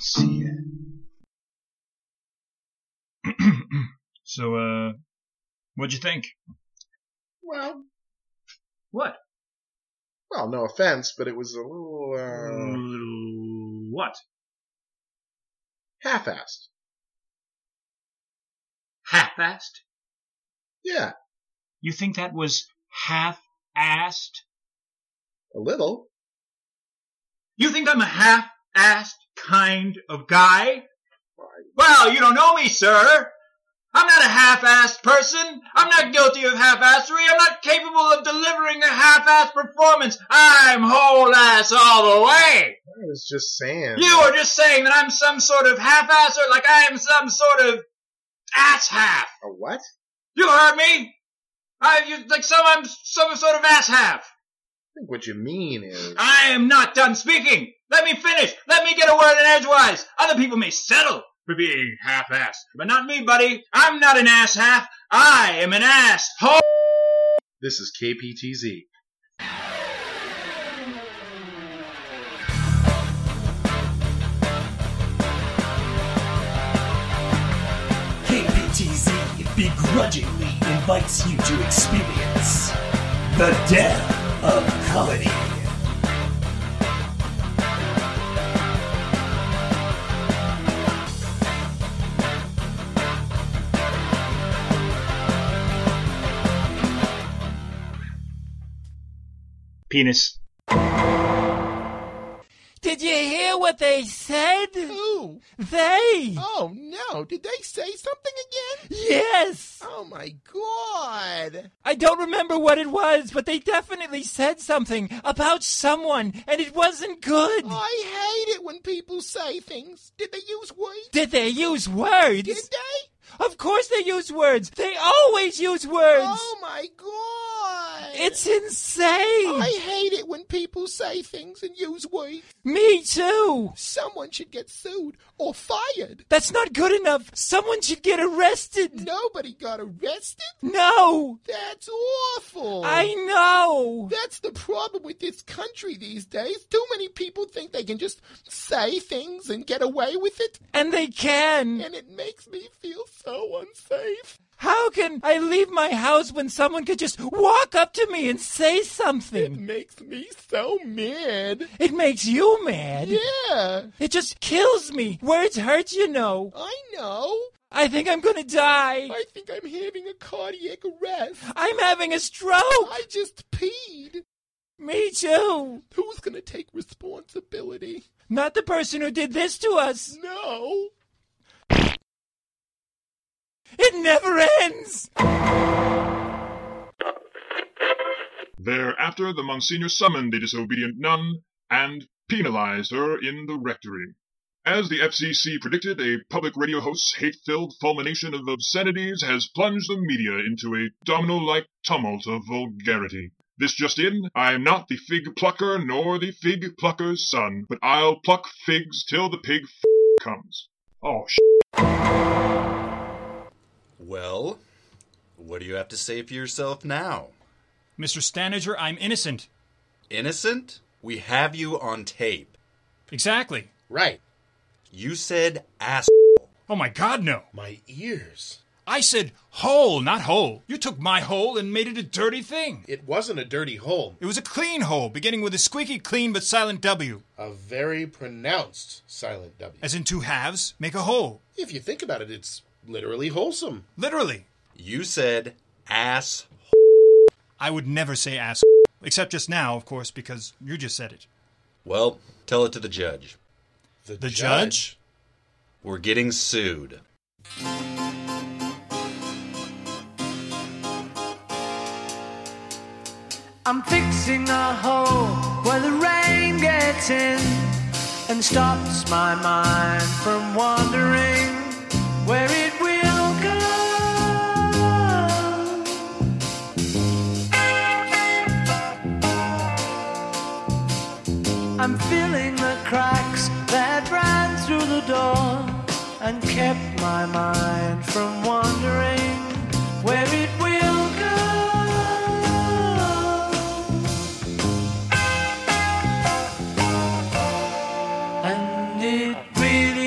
see it. so, uh, what'd you think? Well, What? well, no offense, but it was a little uh, what? half-assed. Half-assed? Yeah, You think that was half-assed? a little. You think I'm a half-assed kind of guy? Well, you don't know me, sir. I'm not a half-assed person. I'm not guilty of half-assery. I'm not capable of delivering a half-assed performance. I'm whole-ass all the way. I was just saying. You are just saying that I'm some sort of half-asser, like I am some sort of ass-half. a what? You heard me? I you, like some I'm some sort of ass-half. I think what you mean is I am not done speaking. Let me finish. Let me get a word in edgewise. Other people may settle for being half-assed, but not me, buddy. I'm not an ass-half. I am an ass. Ho- this is KPTZ. KPTZ begrudgingly invites you to experience the death of comedy. Penis. Did you hear what they said? Ooh. They! Oh no. Did they say something again? Yes! Oh my god. I don't remember what it was, but they definitely said something about someone, and it wasn't good! Oh, I hate it when people say things. Did they use words? Did they use words? Did they? Of course they use words! They always use words! Oh my god. It's insane! I hate it when people say things and use words. Me too! Someone should get sued or fired. That's not good enough! Someone should get arrested! Nobody got arrested? No! That's awful. I know! That's the problem with this country these days. Too many people think they can just say things and get away with it, And they can! and it makes me feel so unsafe. How can I leave my house when someone could just walk up to me and say It something? makes me so mad. It makes you mad. Yeah, It just kills me. Words hurt, you know. I know. I think I'm gonna die. I think I'm having a cardiac arrest. I'm having a stroke. I just peed. Me too. Who's gonna take responsibility? Not the person who did this to us. No. It never ends. Thereafter, the Monsignor summoned the disobedient nun and penalized her in the rectory. As the FCC predicted, a public radio host's hate filled fulmination of obscenities has plunged the media into a domino like tumult of vulgarity. This just in, I am not the fig plucker nor the fig plucker's son, but I'll pluck figs till the pig f- comes. Oh, sh- Well, what do you have to say for yourself now? Mr. Stanager, I'm innocent. Innocent? We have you on tape. Exactly. Right. You said ass. Oh my god, no. My ears. I said hole, not hole. You took my hole and made it a dirty thing. It wasn't a dirty hole. It was a clean hole, beginning with a squeaky clean but silent W. A very pronounced silent W. As in two halves, make a hole. if you think about it, it's literally wholesome. Literally. You said ass. I would never say ass. Except just now, of course, because you just said it. Well, tell it to the judge. The judge? We're getting sued. I'm fixing a hole where the rain gets in and stops my mind from wandering where it will go. I'm filling the cracks that ran through the door and kept my mind from wandering where it will go. And it really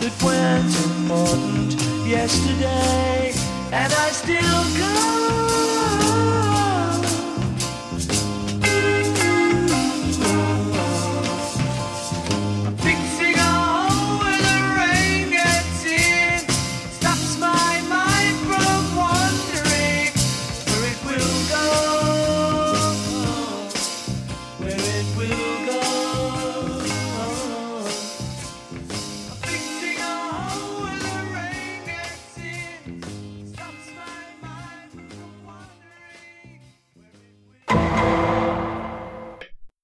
that's important yesterday, and I still go. I'm fixing a hole where the rain gets in, stops my mind from wandering where it will go, where it will go. I'm fixing a hole where the rain gets in, stops my mind from wandering.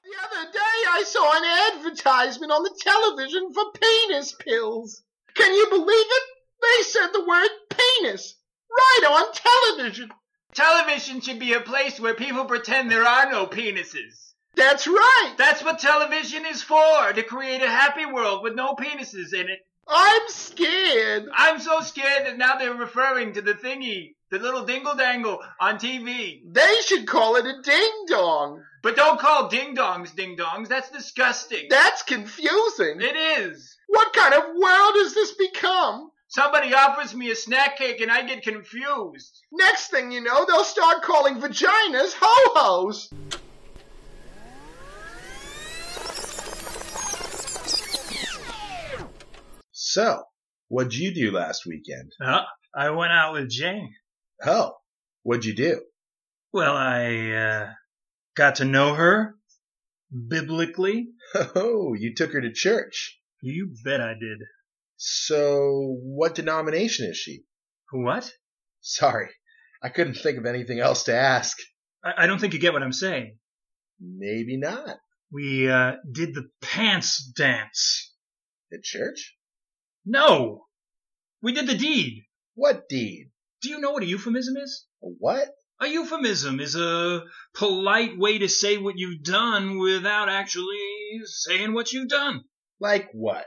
The other day I saw an advertisement on the television for penis pills. Can you believe it? They said the word penis right on television. Television should be a place where people pretend there are no penises. That's right. That's what television is for, to create a happy world with no penises in it. I'm scared. I'm so scared that now they're referring to the thingy, the little dingle dangle on TV. They should call it a ding dong. But don't call ding dongs ding dongs, that's disgusting. That's confusing. it is. What kind of world has this become? Somebody offers me a snack cake and I get confused. Next thing you know, they'll start calling vaginas ho hos. So, what'd you do last weekend? Uh, I went out with Jane. Oh, what'd you do? Well, I uh, got to know her biblically. Oh, you took her to church. You bet I did. So, what denomination is she? What? Sorry, I couldn't think of anything else to ask. I, I don't think you get what I'm saying. Maybe not. We uh, did the pants dance. At church? No, we did the deed. What deed? Do you know what a euphemism is? What? A euphemism is a polite way to say what you've done without actually saying what you've done. Like what?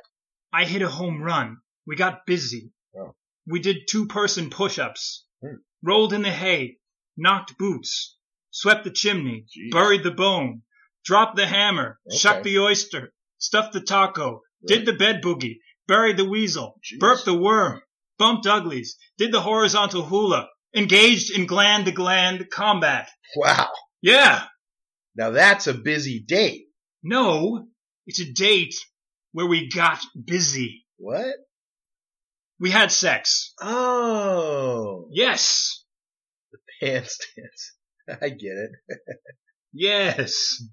I hit a home run. We got busy. Oh. We did two person push ups, Hmm. rolled in the hay, knocked boots, swept the chimney, Jeez. buried the bone, dropped the hammer, shucked Okay. the oyster, stuffed the taco, Right. did the bed boogie, buried the weasel, Jeez. burped the worm, bumped uglies, did the horizontal hula, engaged in gland to gland combat. Wow, Yeah. now that's a busy date. No, it's a date where we got busy. What? We had sex. Oh, Yes. pants dance. I get it. Yes.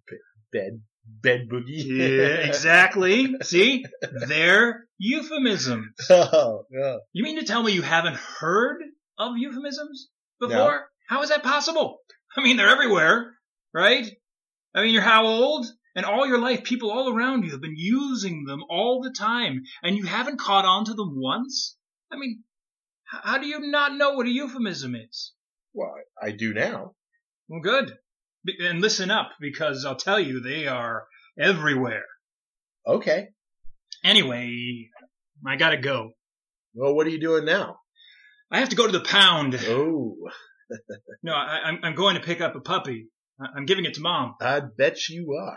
Bed, bed boogie. Yeah, exactly. See? They're euphemisms. oh, oh. You mean to tell me you haven't heard of euphemisms before? No. How is that possible? I mean, they're everywhere, right? I mean, you're how old? And all your life, people all around you have been using them all the time, and you haven't caught on to them once? I mean, h- how do you not know what a euphemism is? Well, I do now. Well, good. B- and listen up, because I'll tell you, they are everywhere. Okay. Anyway, I gotta go. Well, what are you doing now? I have to go to the pound. Oh, No, I, I'm, I'm going to pick up a puppy. I- I'm giving it to mom. I bet you are.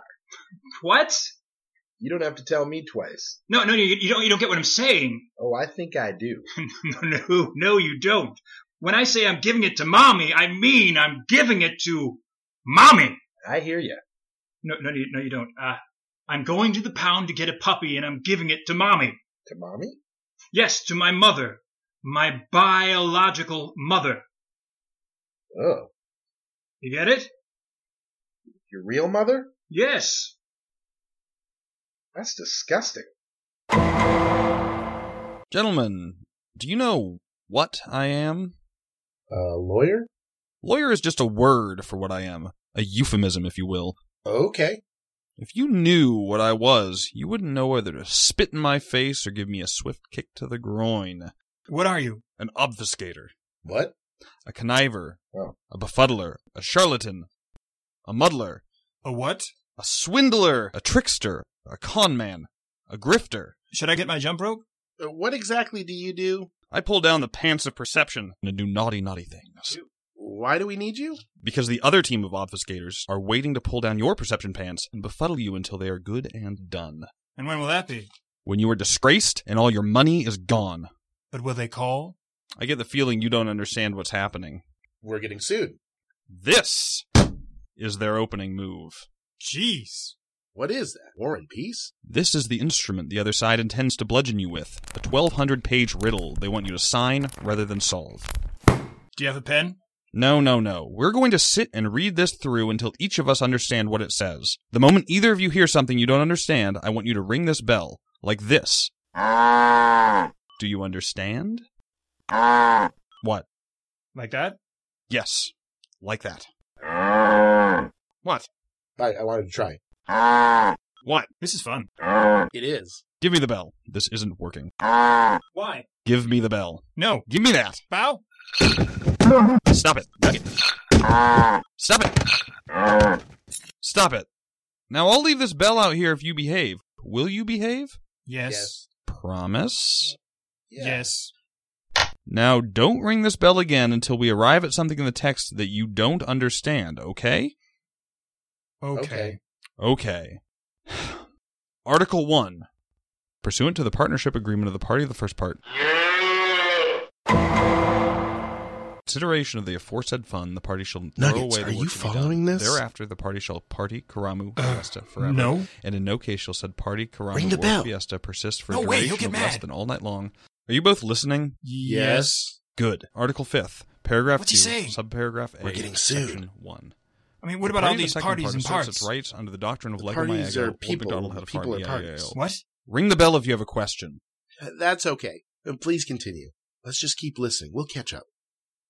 What? You don't have to tell me twice. No, no, you, you don't. You don't get what I'm saying. Oh, I think I do. no, no, no, you don't. When I say I'm giving it to mommy, I mean I'm giving it to mommy. I hear you. No, no, you, no, you don't. Uh, I'm going to the pound to get a puppy, and I'm giving it to mommy. To mommy? Yes, to my mother, my biological mother. Oh, You get it? your real mother? Yes. That's disgusting. Gentlemen, do you know what I am? Uh, lawyer? Lawyer is just a word for what I am, a euphemism, if you will. Okay. If you knew what I was, you wouldn't know whether to spit in my face or give me a swift kick to the groin. What are you? An obfuscator, What? a conniver, Oh. a befuddler, a charlatan, a muddler, A what? a swindler, a trickster, a con man, a grifter. Should I get my jump rope? Uh, what exactly do you do? I pull down the pants of perception and do naughty, naughty things. Why do we need you? Because the other team of obfuscators are waiting to pull down your perception pants and befuddle you until they are good and done. And when will that be? when you are disgraced and all your money is gone. But will they call? I get the feeling you don't understand what's happening. We're getting sued. This is their opening move. Jeez. What is that? War and Peace? This is the instrument the other side intends to bludgeon you with a 1,200 page riddle they want you to sign rather than solve. Do you have a pen? No, no, no. We're going to sit and read this through until each of us understand what it says. The moment either of you hear something you don't understand, I want you to ring this bell, like this. Do you understand? What? Like that? Yes, like that. Ah. What? I, I wanted to try. What? This is fun. It is. Give me the bell. This isn't working. Why? Give me the bell. No. Give me that. Bow? Stop it. Stop it. Stop it. Now I'll leave this bell out here if you behave. Will you behave? Yes. Promise? Yes. Now don't ring this bell again until we arrive at something in the text that you don't understand, okay? Okay. Okay. Article 1. Pursuant to the partnership agreement of the party of the first part. Consideration of the aforesaid fund, the party shall throw Nuggets, away the are work you to be done. following this? Thereafter, the party shall party Karamu Uh, Fiesta forever. no. And in no case shall said party Karamu Ring the War bell. Fiesta persist for No a way, duration he'll get of less mad. than all night long. Are you both listening? Yes. Good. Article 5th, paragraph What's 2, he saying? subparagraph A, We're getting sued. section 1. I mean, what The about all party of the these second parties part and asserts its parts? rights under the doctrine of The Lego parties Mayago, are Old people. MacDonald had a People fart. are Yeah, parties. yeah, yeah. What? Ring the bell if you have a question. That's okay. And please continue. Let's just keep listening. We'll catch up.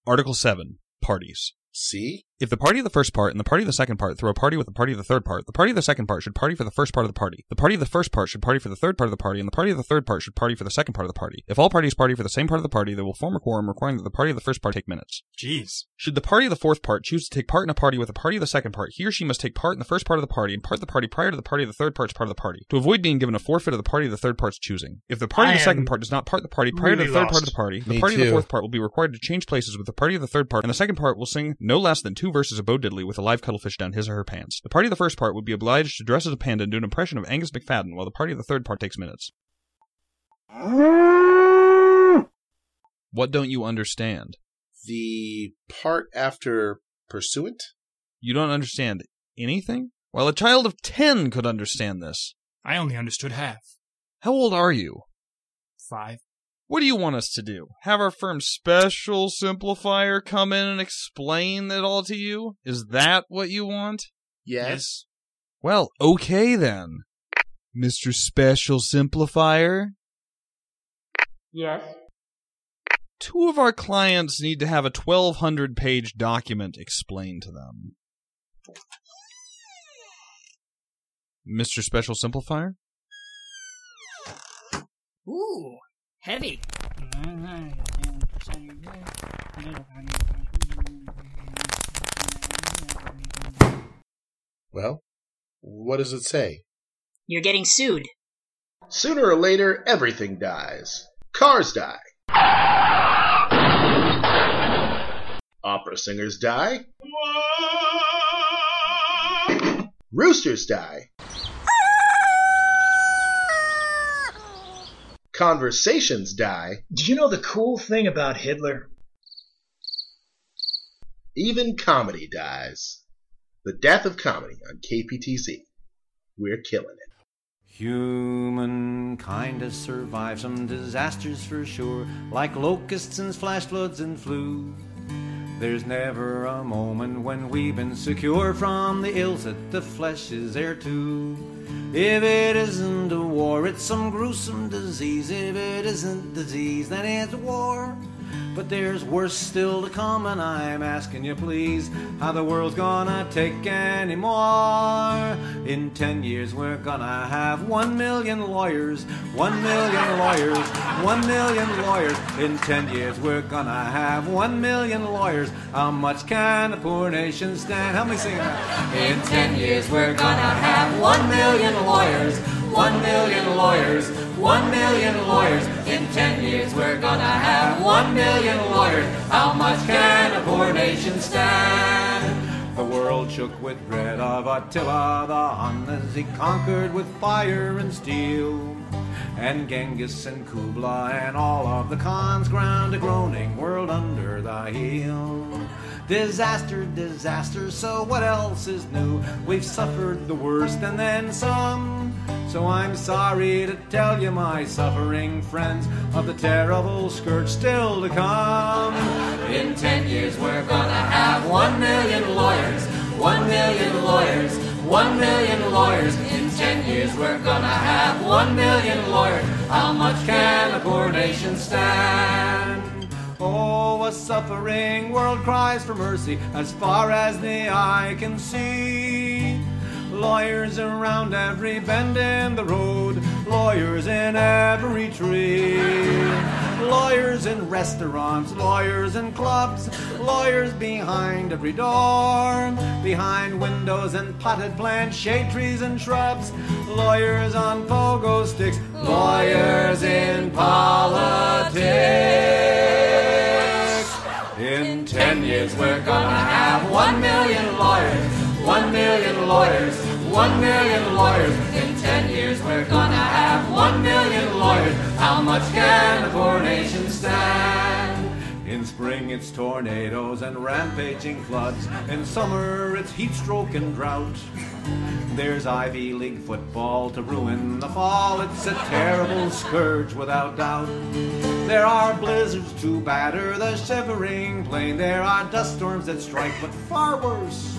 Article 7, parties. See? If the party of the first part and the party of the second part throw a party with the party of the third part, the party of the second part should party for the first part of the party. The party of the first part should party for the third part of the party, and the party of the third part should party for the second part of the party. If all parties party for the same part of the party, they will form a quorum requiring that the party of the first part take minutes. Jeez. Should the party of the fourth part choose to take part in a party with the party of the second part, he or she must take part in the first part of the party and part the party prior to the party of the third part's part of the party, to avoid being given a forfeit of the party of the third part's choosing. If the party I of the second am part does not part the party prior to really the third part lost. of the party, the Me party of the too. fourth part will be required to change places with the party of the third part, and the second part will sing no less than two verses of Bo Diddley with a live cuttlefish down his or her pants. The party of the first part would be obliged to dress as a panda and do an impression of Angus McFadden, while the party of the third part takes minutes. What don't you understand? The part after pursuant? You don't understand anything? While a child of 10 could understand this. I only understood half. How old are you? Five. What do you want us to do? Have our firm's special simplifier come in and explain it all to you? Is that what you want? Yes. Well, okay then. Mr. Special Simplifier? Yes. Two of our clients need to have a 1200 page document explained to them. Mr. Special Simplifier? Ooh, heavy. Well, what does it say? You're getting sued. Sooner or later, everything dies. Cars die. Opera singers die. Roosters die. Conversations die. Did you know the cool thing about Hitler? Even comedy dies. The death of comedy on KPTC. We're killing it. Humankind has survived some disasters for sure, like locusts and flash floods and flu. There's never a moment when we've been secure from the ills that the flesh is heir to. If it isn't a war, it's some gruesome disease. If it isn't disease, then it's war. But there's worse still to come, and I'm asking you, please, how the world's gonna take any more. In ten years, we're gonna have one million lawyers, one million lawyers, one million lawyers. In ten years, we're gonna have one million lawyers. How much can a poor nation stand? Help me sing it. In ten years, we're gonna have one million lawyers, one million lawyers, one million lawyers. In ten years, we're gonna have one million lawyers. How much can a poor nation stand? The world shook with dread of Attila the Hun as he conquered with fire and steel. and Genghis and Kubla and all of the Khans ground a groaning world under thy heel. Disaster, disaster, so what else is new? We've suffered the worst and then some. So I'm sorry to tell you, my suffering friends, of the terrible scourge still to come. In ten years, we're gonna have one million lawyers, one million lawyers, one million lawyers. In ten years, we're gonna have one million lawyers. How much can a poor nation stand? Oh, a suffering world cries for mercy as far as the eye can see. Lawyers around every bend in the road, lawyers in every tree. Lawyers in restaurants, lawyers in clubs, lawyers behind every door, behind windows and potted plants, shade trees and shrubs, lawyers on pogo sticks, lawyers in politics. In ten years, we're gonna have one million lawyers, one million lawyers, one million lawyers. In ten years, we're gonna have one million lawyers. How much can a poor nation stand? In spring, it's tornadoes and rampaging floods. In summer, it's heat stroke and drought. There's Ivy League football to ruin the fall. It's a terrible scourge without doubt. There are blizzards to batter the shivering plain. There are dust storms that strike, but far worse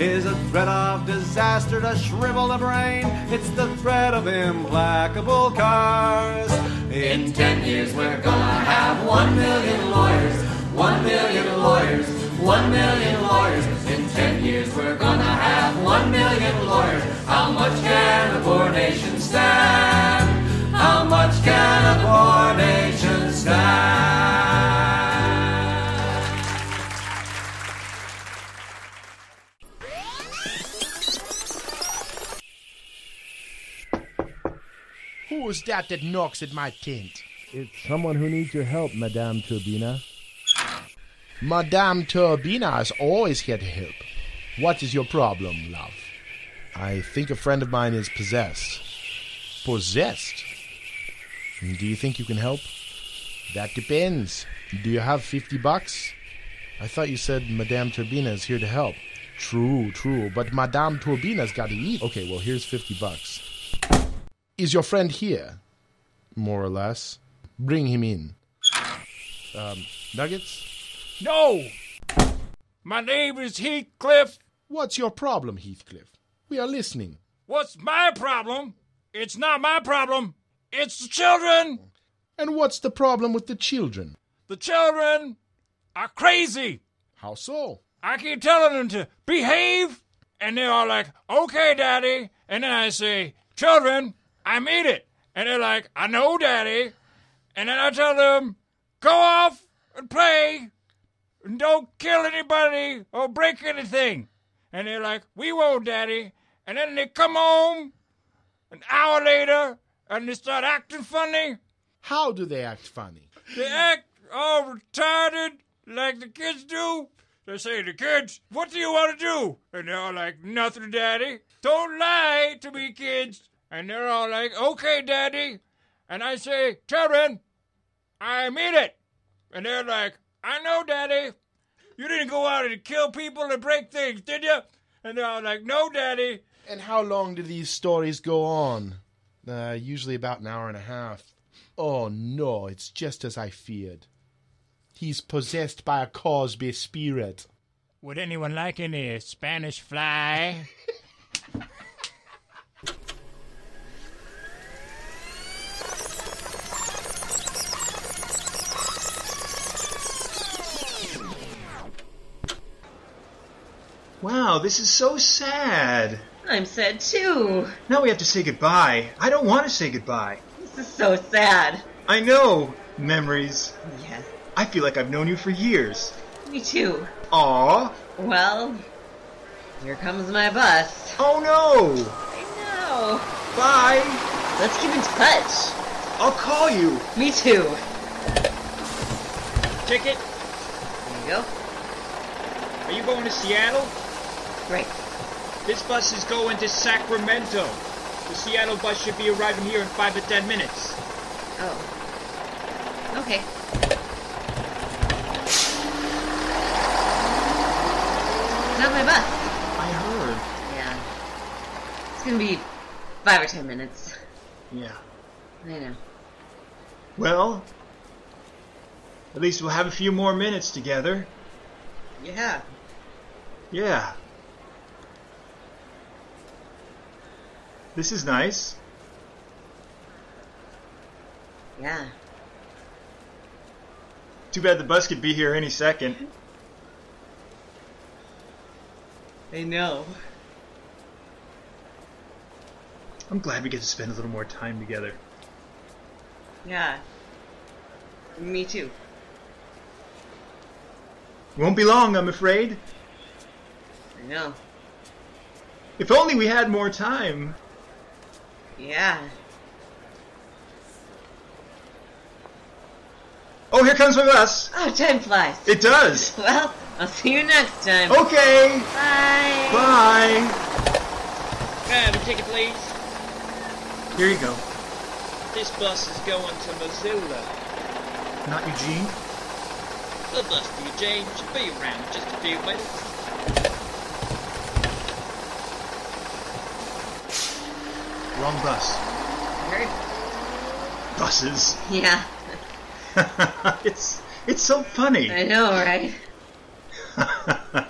is a threat of disaster to shrivel the brain. It's the threat of implacable cars. In ten years, we're gonna have one million lawyers, one million lawyers, one million lawyers. In ten years, we're gonna have one million lawyers. How much can a poor nation stand? How much can a poor nation stand? Who's that that knocks at my tent? It's someone who needs your help, Madame Turbina. Madame Turbina is always here to help. What is your problem, love? I think a friend of mine is possessed. Possessed? Do you think you can help? That depends. Do you have 50 bucks? I thought you said Madame Turbina is here to help. True, true, but Madame Turbina's got to eat. Okay, well, here's 50 bucks. Is your friend here? More or less. Bring him in. Um, nuggets? No! My name is Heathcliff. What's your problem, Heathcliff? We are listening. What's my problem? It's not my problem. It's the children. And what's the problem with the children? The children are crazy. How so? I keep telling them to behave, and they're all like, okay, daddy. And then I say, children, I mean it. And they're like, I know, daddy. And then I tell them, go off and play and don't kill anybody or break anything. And they're like, we won't, daddy. And then they come home an hour later and they start acting funny. How do they act funny? They act all retarded like the kids do. They say to kids, what do you want to do? And they're all like, nothing, daddy. Don't lie to me, kids. And they're all like, okay, daddy. And I say, children, I mean it. And they're like, I know, daddy. You didn't go out and kill people and break things, did you? And they're all like, no, daddy. And how long do these stories go on? Uh, usually about an hour and a half. Oh no, it's just as I feared. He's possessed by a Cosby spirit. Would anyone like any Spanish fly? Wow, this is so sad. I'm sad too. Now we have to say goodbye. I don't want to say goodbye. This is so sad. I know. Memories. Yes, I feel like I've known you for years. me too. Aw. Well, here comes my bus. Oh no. I know. Bye. Let's keep in touch. I'll call you. Me too. Ticket, There you go. are you going to Seattle? Right. This bus is going to Sacramento. The Seattle bus should be arriving here in five to ten minutes. Oh. Okay. Not my bus. I heard. Yeah. It's gonna be five or ten minutes. Yeah. I know. Well, at least we'll have a few more minutes together. Yeah. Yeah. This is nice. Yeah. Too bad the bus could be here any second. I know. I'm glad we get to spend a little more time together. Yeah. Me too. Won't be long, I'm afraid. I know. If only we had more time. Yeah. Oh, here comes my bus. Oh, time flies. It does. Well, I'll see you next time. Okay. Bye. Bye. Grab a ticket, please. Here you go. This bus is going to Missoula. Not Eugene. The bus to Eugene should be around in just a few minutes. Wrong bus. Very- Buses. Yeah. it's it's so funny. I know, right?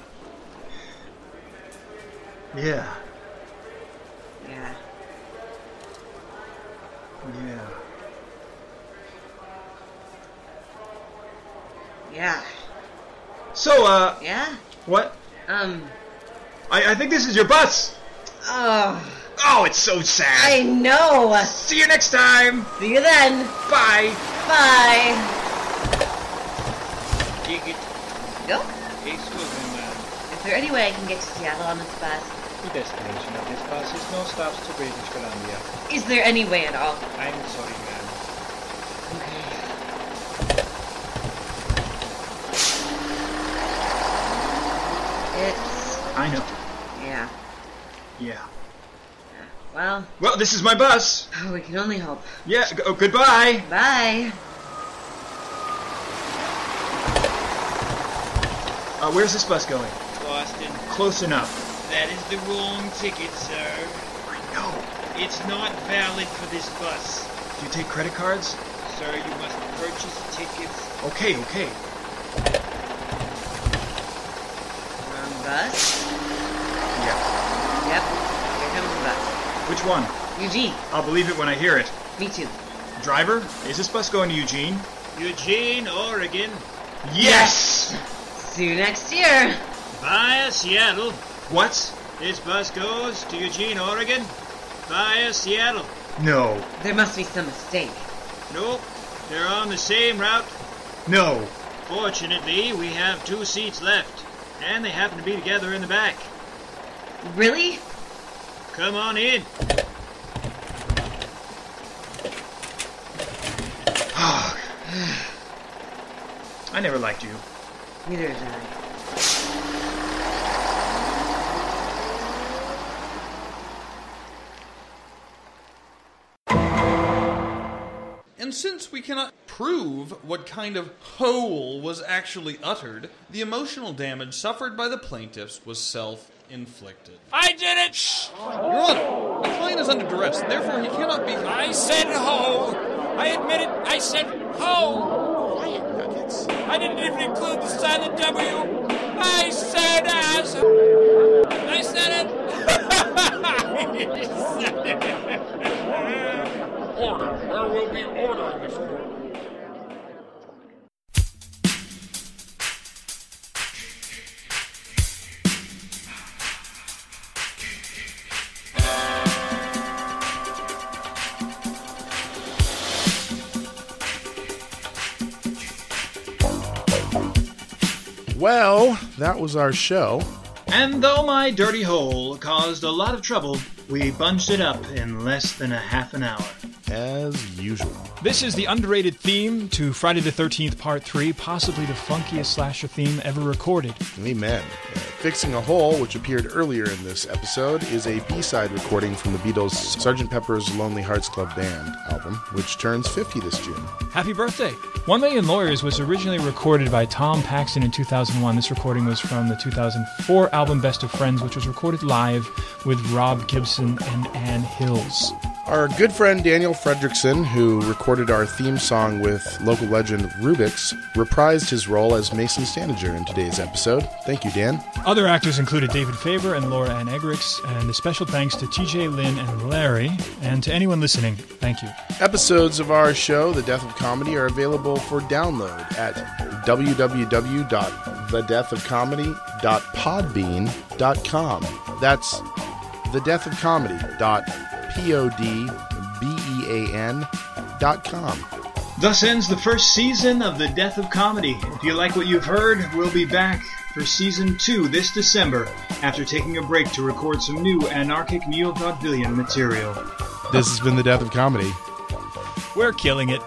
Yeah. Yeah. Yeah. Yeah. So, uh, Yeah. what? Um. I, I think this is your bus. Oh. Oh, it's so sad. I know. See you next time. See you then. Bye. Bye. Dig it. Nope. Excuse me, ma'am. Is there any way I can get to Seattle on this bus? The destination of this bus is no stops to British Columbia. Is there any way at all? I'm sorry, ma'am. It's. I know. Yeah. Yeah. Well, Oh, Well, this is my bus. we can only hope. Yeah. g- oh, goodbye. Bye. Uh, where's this bus going? Boston. Close enough. That is the wrong ticket, sir. No. It's not valid for this bus. Do you take credit cards? Sir, you must purchase tickets. Okay. Okay. Wrong bus. Yeah. Yep. Here comes the bus. Which one? Eugene. I'll believe it when I hear it. Me too. Driver, is this bus going to Eugene? Eugene, Oregon, Yes. See you next year. via Seattle. What? This bus goes to Eugene, Oregon, via Seattle. No. There must be some mistake. Nope, they're on the same route. No. Fortunately, we have two seats left, and they happen to be together in the back. Really? Come on in. I never liked you. Neither did I. And since we cannot prove what kind of howl was actually uttered, the emotional damage suffered by the plaintiffs was self inflicted. I did it! Shh! Your Honor, the client is under duress, and therefore he cannot be. I said ho! I admit it, I said ho! I didn't even include the silent W! I said ass! I said it! Order. There will be order in this court. Well, that was our show. And though my dirty hole caused a lot of trouble, we bunched it up in less than a half an hour. As usual. This is the underrated theme to Friday the 13th, Part 3, possibly the funkiest slasher theme ever recorded. Amen. Uh, Fixing a Hole, which appeared earlier in this episode, is a B side recording from the Beatles' Sgt. Pepper's Lonely Hearts Club Band album, which turns 50 this June. Happy birthday! One Million Lawyers was originally recorded by Tom Paxton in 2001. This recording was from the 2004 album Best of Friends, which was recorded live with Rob Gibson and Ann Hills. Our good friend Daniel Fredrickson, who recorded our theme song with local legend Rubix, reprised his role as Mason Staniger in today's episode. Thank you, Dan. Other actors included David Faber and Laura Ann Egrix, and a special thanks to TJ Lynn and Larry, and to anyone listening, thank you. Episodes of our show, The Death of Comedy, are available for download at www.thedeathofcomedy.podbean.com. That's the death of comedy dot p o d b e a n dot com. Thus ends the first season of The Death of Comedy. If you like what you've heard, we'll be back for season two this December after taking a break to record some new anarchic neo-vaudevillian material. This has been The Death of Comedy. We're killing it.